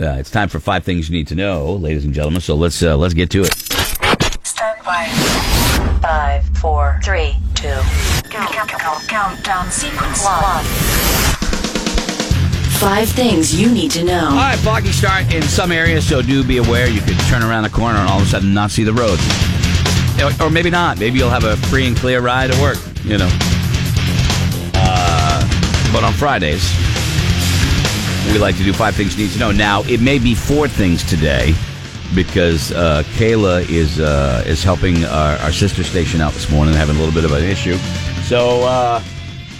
Uh, it's time for five things you need to know, ladies and gentlemen. So let's uh, let's get to it. Stand by. Five, four, three, two. Count, count, count, countdown sequence one. Five things you need to All know. right, foggy start in some areas, so do be aware. You could turn around the corner and all of a sudden not see the road, or, or maybe not. Maybe you'll have a free and clear ride to work. You know. Uh, but on Fridays, we like to do five things you need to know. Now it may be four things today because uh, Kayla is uh, is helping our, our sister station out this morning, having a little bit of an issue. So uh,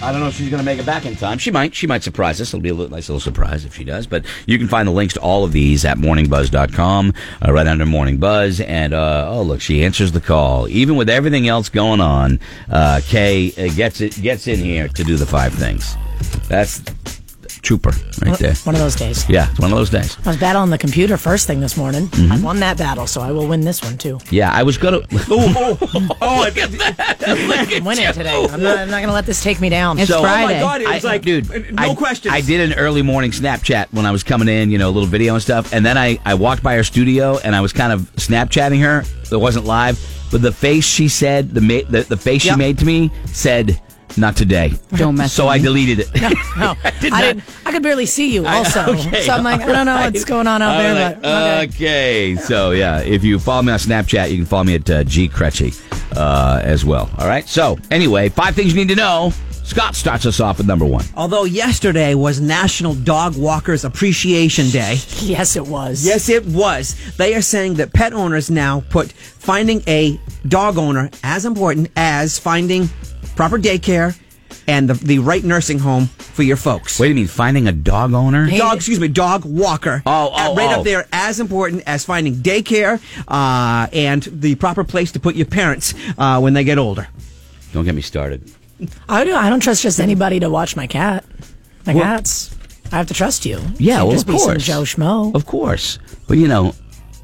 I don't know if she's going to make it back in time. She might. She might surprise us. It'll be a little, nice little surprise if she does. But you can find the links to all of these at morningbuzz.com, uh, right under Morning Buzz. And uh, oh look, she answers the call even with everything else going on. Uh, Kay uh, gets it gets in here to do the five things. That's trooper right there. One of those days. Yeah, it's one of those days. I was battling the computer first thing this morning. Mm-hmm. I won that battle, so I will win this one too. Yeah, I was gonna. oh, oh, oh, look at that! Look at I'm winning you. today. I'm not, I'm not going to let this take me down. oh So- Friday. oh God, it was like, dude, no I, questions. I did an early morning Snapchat when I was coming in, you know, a little video and stuff, and then I I walked by her studio and I was kind of Snapchatting her. It wasn't live, but the face she said, the ma- the, the face she Yep. made to me said, "Not today." Don't mess So with I me. deleted it. no, I, did Oh, I not- didn't. I could barely see you. Also, okay, so I'm like, I don't know what's going on out there, Alright, but okay. okay. So yeah, if you follow me on Snapchat, you can follow me at uh, G Crutchy uh, as well. All right. So anyway, five things you need to know. Scott starts us off with number one. Although yesterday was National Dog Walkers Appreciation Day. yes, it was. Yes, it was. They are saying that pet owners now put finding a dog owner as important as finding proper daycare and the, the right nursing home for your folks. Wait a minute, finding a dog owner? Dog, excuse me, dog walker. Oh, oh, Uh, right oh. up there, as important as finding daycare uh, and the proper place to put your parents uh, when they get older. Don't get me started. I don't. I don't trust just anybody to watch my cat. My Well- cats. I have to trust you. Yeah, Can't well, just of be some course. Joe Schmo. Of course. But you know,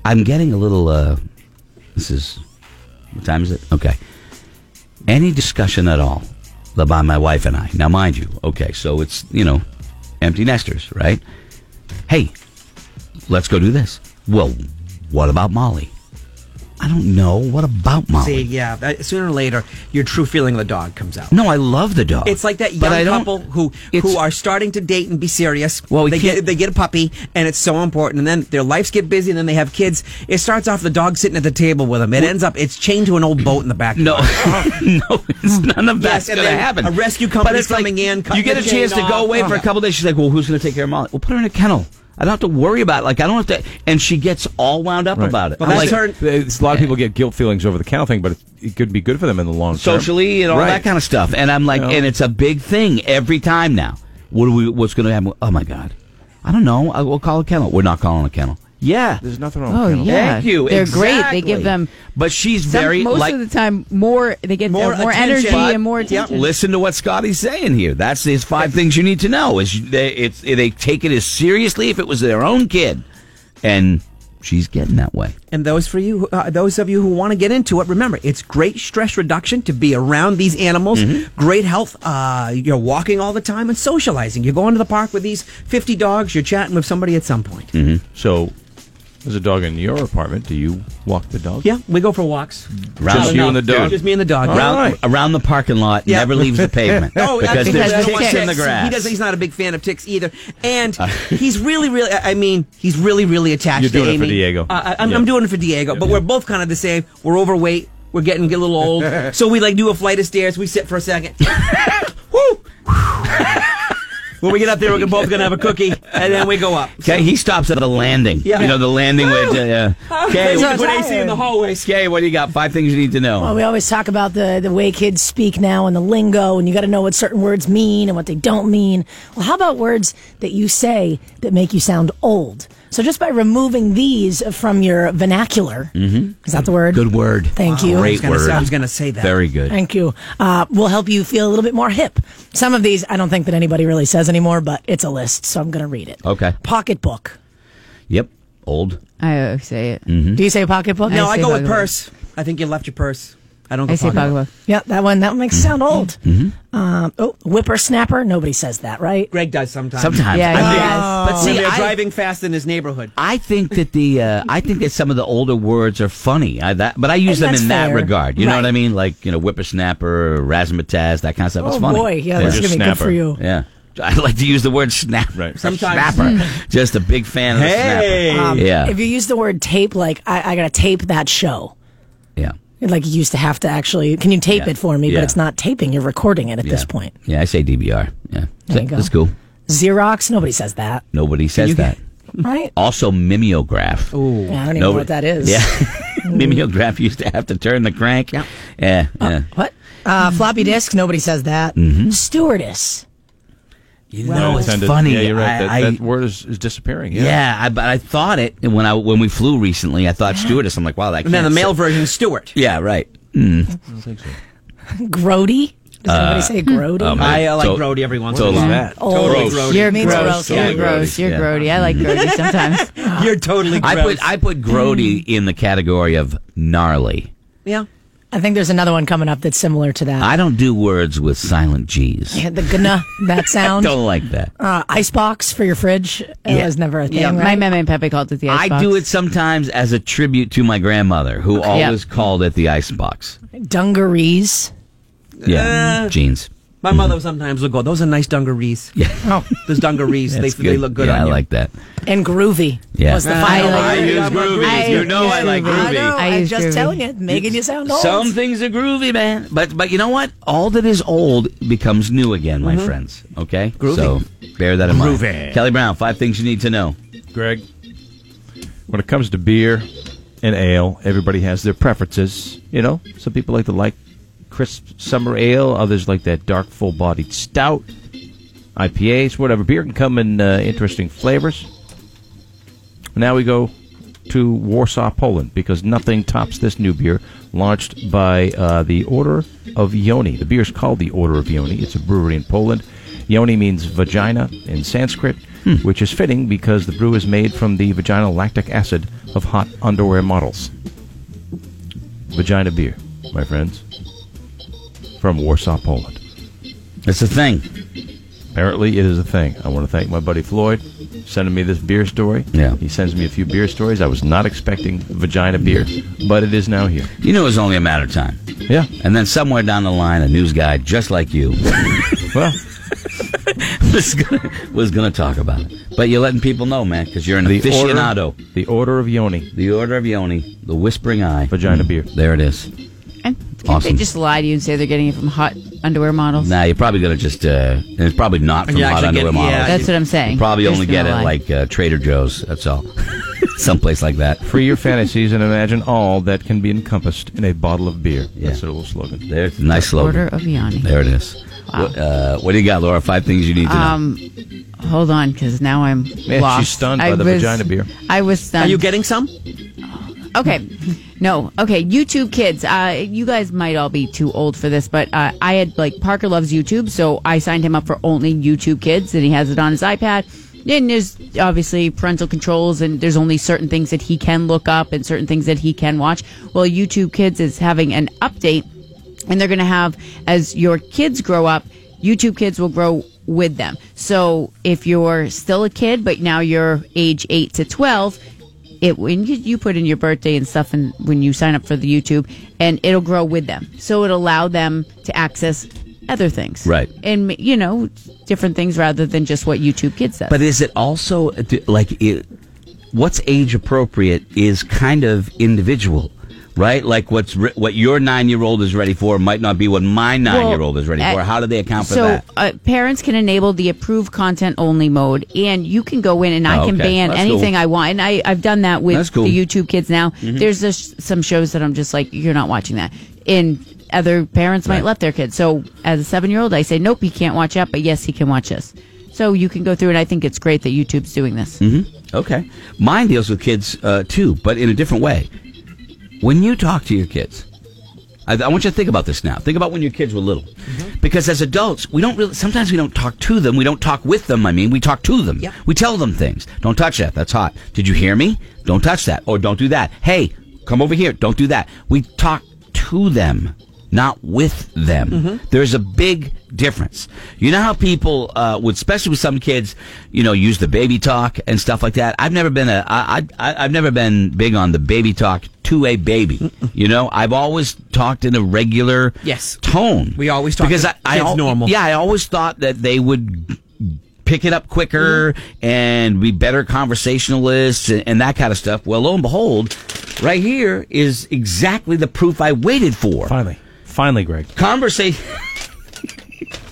I'm getting a little. Uh, this is what time is it? Okay. Any discussion at all about my wife and I? Now, mind you, okay, so it's you know, empty nesters, right? Hey, let's go do this. Well, what about Molly? I don't know. What about Molly? See, yeah, that, sooner or later, your true feeling of the dog comes out. No, I love the dog. It's like that But I young don't- couple who It's- who are starting to date and be serious. Well, we they can't- get they get a puppy, and it's so important. And then their lives get busy, and then they have kids. It starts off the dog sitting at the table with them. It ends up it's chained to an old boat in the back. No, no, it's none of that's Yes, and going to then happen. a rescue But company's it's like, coming in, You cutting get a the chance to chain go off. away for a couple days. She's like, "Well, who's going to take care of Molly? We'll put her in a kennel. I don't have to worry about it. like I don't have to." And she gets all wound up about it. Well, I'm that's like, her- It's- a lot of people get guilt feelings over the cow thing, but it, it could be good for them in the long term. socially and all Right. that kind of stuff. And I'm like, Yeah. and it's a big thing every time now. What do we? What's going to happen? Oh my god, I don't know. I, we'll call a kennel. We're not calling a kennel. Yeah, There's nothing wrong. Oh, with kennel. yeah. Thank you. They're great. They give Exactly. them But she's Some- very most like of the time more they get More more, more energy attention. and more Yep. attention. Listen to what Scotty's saying here. That's his five things you need to know. Is you- they, it's they take it as seriously if it was their own kid, and she's getting that way. And those for you, uh, those of you who want to get into it, remember it's great stress reduction to be around these animals. Mm-hmm. Great health. Uh, you're walking all the time and socializing. You're going to the park with these fifty dogs. You're chatting with somebody at some point. Mm-hmm. Hmm. So, there's a dog in your apartment. Do you walk the dog? Yeah, we go for walks. Round Just you and the dog. Just me and the dog. All Round, right. around the parking lot, Yeah. never leaves the pavement No, because that's- there's because Oh, he of ticks in the ticks. grass. Uh, He doesn't. He's not a big fan of ticks either, and he's really, really. I I mean, he's really, really attached You're doing to it Amy. for Diego. Uh, I, am Yeah. I'm doing it for Diego, but we're both kind of the same. We're overweight. We're getting a little old, so we like do a flight of stairs. We sit for a second. Woo! when we get up there, we're both gonna have a cookie, and then we go up. okay, he stops at the landing. Yeah. You know the landing where. Uh, okay, There's what, a good AC in the hallways. okay, what do you got? Five things you need to know. Well, we always talk about the, the way kids speak now and the lingo, and you got to know what certain words mean and what they don't mean. Well, how about words that you say that make you sound old? So just by removing these from your vernacular, is that the word? Good word. Thank you. Great I was gonna word. say- I was gonna say that. Very good. Thank you. Uh, will help you feel a little bit more hip. Some of these I don't think that anybody really says anymore, but it's a list, so I'm going to read it. Okay. Pocketbook. Yep. Old. I uh, say it. Mm-hmm. Do you say pocketbook? No, I say go hug with him. purse. I think you left your purse. I don't go I say Pogba. Pogba. Yeah, that one. That one makes it sound old. Um, oh, whippersnapper. Nobody says that, right? Greg does sometimes. Sometimes. Yeah, I yeah. think- Oh. But When see, they're I, driving fast in his neighborhood. I think that the uh, I think that some of the older words are funny. I, that, but I use And them that's in that fair. regard. You know what Right. I mean? Like you know, whippersnapper, razzmatazz, that kind of stuff. oh it's funny. boy, yeah, Yeah. that's Just gonna be good snapper. for you. Yeah. I like to use the word snap. Right. Sometimes. Snapper. Just a big fan of Hey. the snapper. Um, yeah. If you use the word tape, like I, I gotta tape that show. yeah. Like you used to have to actually. Can you tape Yeah. it for me? Yeah. But it's not taping. You're recording it at this Yeah. point. Yeah, I say DVR. Yeah. There you go. That's cool. Xerox. Nobody says that, Nobody says that. right? Also, mimeograph. Ooh. Yeah, I don't even know what that is. Yeah. mimeograph used to have to turn the crank. Yeah. Yeah. What? Uh, floppy disk. Nobody says that. Mm-hmm. Stewardess. you No, know, it's intended. funny. Yeah, you're right. that, I- I- that word is, is disappearing. yeah, I, but I thought it when I when we flew recently. I thought stewardess. I'm like, wow, that. And then the can't male sit. version is Stuart. Yeah, right. Grody. Does Uh, anybody say grody? um, I uh, like Oh, So- Brody every once in a totally. while. That. Old. Totally Gross. Grody. Oh, You're Means gross. gross. You're Yeah. gross. You're Yeah. Mm-hmm. grody. I like grody sometimes. You're totally gross. I put I put grody in the category of gnarly. yeah. I think there's another one coming up that's similar to that. I don't do words with silent G's. Yeah, the gonna that sound. Don't like that. Uh, ice box for your fridge uh, Yeah. was never a thing. Yeah, my right? mama and Pepe called it the I icebox. do it sometimes as a tribute to my grandmother, who Okay. always called it the icebox. dungarees. Yeah, Uh, jeans. My mother sometimes will go, those are nice dungarees. Yeah. Oh, Those dungarees, they, That's they look good yeah, on I you. like that. and groovy Yeah. was the Uh, final. I word. use groovy. You know I like I know. I I'm use just groovy. telling you, making you sound old. Some things are groovy, man. But but you know what? All that is old becomes new again, Mm-hmm. my friends. Okay? Groovy. So bear that in mind. Groovy. Kelly Brown, five things you need to know. Greg, when it comes to beer and ale, everybody has their preferences. You know, some people like to like crisp summer ale, others like that dark, full bodied stout, IPAs, whatever. Beer can come in uh, interesting flavors. Now we go to Warsaw, Poland, because nothing tops this new beer launched by uh, the Order of Yoni. The beer is called the Order of Yoni. It's a brewery in Poland. Yoni means vagina in Sanskrit, which is fitting because the brew is made from the vaginal lactic acid of hot underwear models. Vagina beer, my friends, from Warsaw, Poland. That's the thing. Apparently, it is a thing. I want to thank my buddy Floyd sending me this beer story. Yeah. He sends me a few beer stories. I was not expecting vagina beer, but it is now here. You know it's only a matter of time. Yeah. And then somewhere down the line, a news guy just like you Well, was gonna, was gonna talk about it. But you're letting people know, man, because you're an the aficionado. Order, the order of Yoni, The Order of Yoni, the Whispering Eye, vagina beer. There it is. And Awesome. They just lie to you and say they're getting it from hot underwear models. Now you're probably gonna just. Uh, and it's probably not from You're hot actually underwear getting- models. yeah, That's what I'm saying. You probably They're only just get gonna it lie. like uh, Trader Joe's. That's all. Someplace like that. Free your fantasies and imagine all that can be encompassed in a bottle of beer. That's their little slogan. There's a nice slogan. Order of Yanni. There it is. What, uh, what do you got, Laura? Five things you need to know. Um, hold on, because now I'm she's lost. stunned I by the was- vagina beer. I was stunned. Are you getting some? Okay. No. Okay. YouTube kids. Uh, you guys might all be too old for this, but uh, I had like Parker loves YouTube, so I signed him up for only YouTube kids, and he has it on his iPad. And there's obviously parental controls, and there's only certain things that he can look up and certain things that he can watch. Well, YouTube kids is having an update and they're going to have as your kids grow up youtube kids will grow with them so if you're still a kid but now you're age 8 to 12 it when you, you put in your birthday and stuff and when you sign up for the youtube and it'll grow with them so it'll allow them to access other things Right. and you know different things rather than just what youtube kids says But is it also uh, do- like it, what's age appropriate is kind of individual, right? Like what's re- what your nine year old is ready for might not be what my nine year old is ready Well, for. uh, How do they account for so, that? uh, parents can enable the approved content only mode, and you can go in and I Oh, can okay. ban That's anything cool. I want. And I, I've done that That's with cool. Mm-hmm. the YouTube kids now. There's just some shows that I'm just like, you're not watching that. And other parents Right. might let their kids. So, as a seven year old, I say, nope, he can't watch that, but yes, he can watch this. So, you can go through, and I think it's great that YouTube's doing this. Mm-hmm. Okay. Mine deals with kids uh, too, but in a different way. When you talk to your kids, I, I want you to think about this now. Think about when your kids were little. Because as adults, we don't really, sometimes we don't talk to them. We don't talk with them. I mean, we talk to them. Yep. We tell them things. Don't touch that. That's hot. Oh, Did you hear me? Don't touch that. Or don't do that. Hey, come over here. Don't do that. We talk to to them, not with them. Mm-hmm. There's a big difference. You know how people uh, would, especially with some kids, you know, use the baby talk and stuff like that. I've never been a, I, I, I've never been big on the baby talk to a baby. You know, I've always talked in a regular Yes. tone. We always talk because to I, I kids al- normal. Yeah, I always thought that they would pick it up quicker and be better conversationalists and, and that kind of stuff. Well, lo and behold, right here is exactly the proof I waited for. Finally. Finally, Greg. Conversation.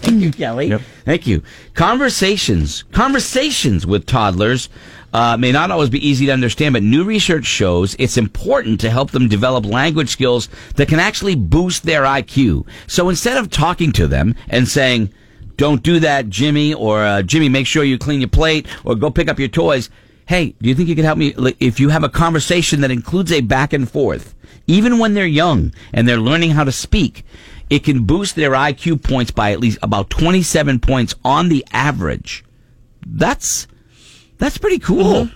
Thank you, Kelly. Yep. Thank you. Conversations, conversations with toddlers uh, may not always be easy to understand, but new research shows it's important to help them develop language skills that can actually boost their IQ. So instead of talking to them and saying, "Don't do that, Jimmy," or uh, "Jimmy, make sure you clean your plate," or "Go pick up your toys," hey, do you think you could help me Like, if you have a conversation that includes a back and forth? Even when they're young and they're learning how to speak, it can boost their IQ points by at least about 27 points on the average. That's that's pretty cool. Mm-hmm.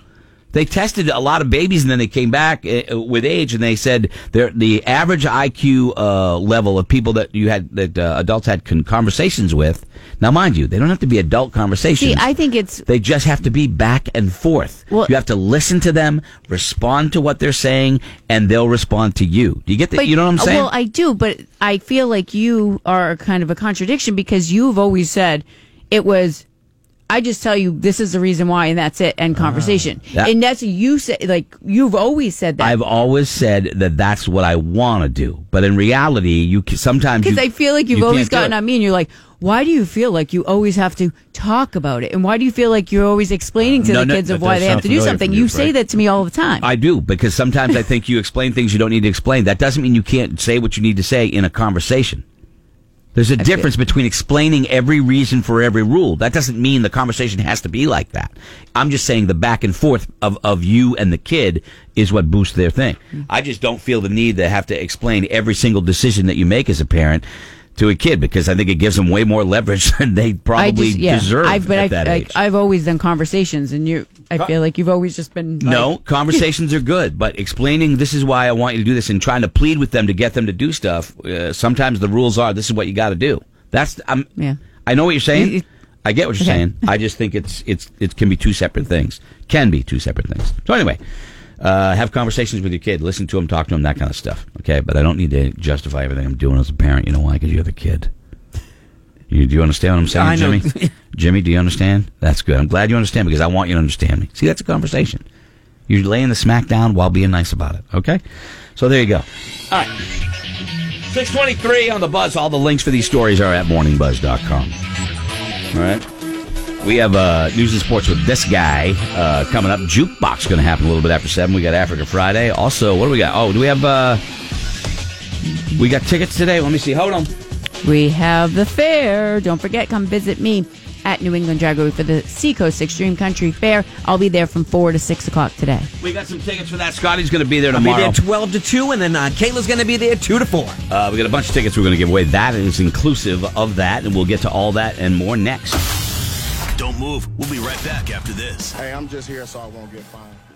They tested a lot of babies and then they came back uh, with age and they said their- the average IQ uh, level of people that you had that uh, adults had con- conversations with. Now, mind you, they don't have to be adult conversations. See, I think it's They just have to be back and forth. Well- you have to listen to them, respond to what they're saying, and they'll respond to you. Do you get that? But- uh, You know what I'm saying? Well, I do, but I feel like you are kind of a contradiction because you've always said it was. I just tell you this is the reason why, and that's it. Ah, End conversation, That- and that's you said. Like you've always said that. I've always said that that's what I want to do, but in reality, you ca- sometimes because you- I feel like you've you can't always do gotten it. on me, and you're like, "Why do you feel like you always have to talk about it? And why do you feel like you're always explaining to No, the no, kids of that why does they have sound to do familiar something? from you, You say Frank. that to me all the time. I do because sometimes I think you explain things you don't need to explain. That doesn't mean you can't say what you need to say in a conversation. There's a difference between explaining every reason for every rule. That doesn't mean the conversation has to be like that. I'm just saying the back and forth of, of you and the kid is what boosts their thing. Mm-hmm. I just don't feel the need to have to explain every single decision that you make as a parent to a kid because I think it gives them way more leverage than they I probably deserve I've, but at I've, that like, age. I've always done conversations, and you. I feel like you've always just been like, No, conversations are good, but explaining this is why I want you to do this and trying to plead with them to get them to do stuff. Uh, sometimes the rules are this is what you got to do. That's I'm. Yeah. I know what you're saying. You- you- I get what you're Okay. saying. I just think it's it's it can be two separate things. Can be two separate things. So anyway, uh, have conversations with your kid. Listen to them, talk to them, that kind of stuff. Okay, but I don't need to justify everything I'm doing as a parent. You know why? Because you're the kid. You, do you understand what I'm saying, I know. Jimmy? Jimmy, do you understand? That's good. I'm glad you understand because I want you to understand me. See, that's a conversation. You're laying the smack down while being nice about it. Okay? So there you go. All right. 623 on the buzz. All the links for these stories are at morningbuzz.com. All right. We have uh, news and sports with this guy uh, coming up. Jukebox going to happen a little bit after 7. We got Africa Friday. Also, what do we got? Oh, do we have. Uh, we got tickets today. Let me see. Hold on. We have the fair. Don't forget, come visit me at New England Draggery for the Seacoast Extreme Country Fair. I'll be there from 4 to 6 o'clock today. We got some tickets for that. Scotty's going to be there I'll be tomorrow. there 12 to 2, and then uh, Kayla's going to be there 2 to 4. Uh, we got a bunch of tickets we're going to give away. That is inclusive of that, and we'll get to all that and more next. Don't move. We'll be right back after this. Hey, I'm just here so I won't get fined.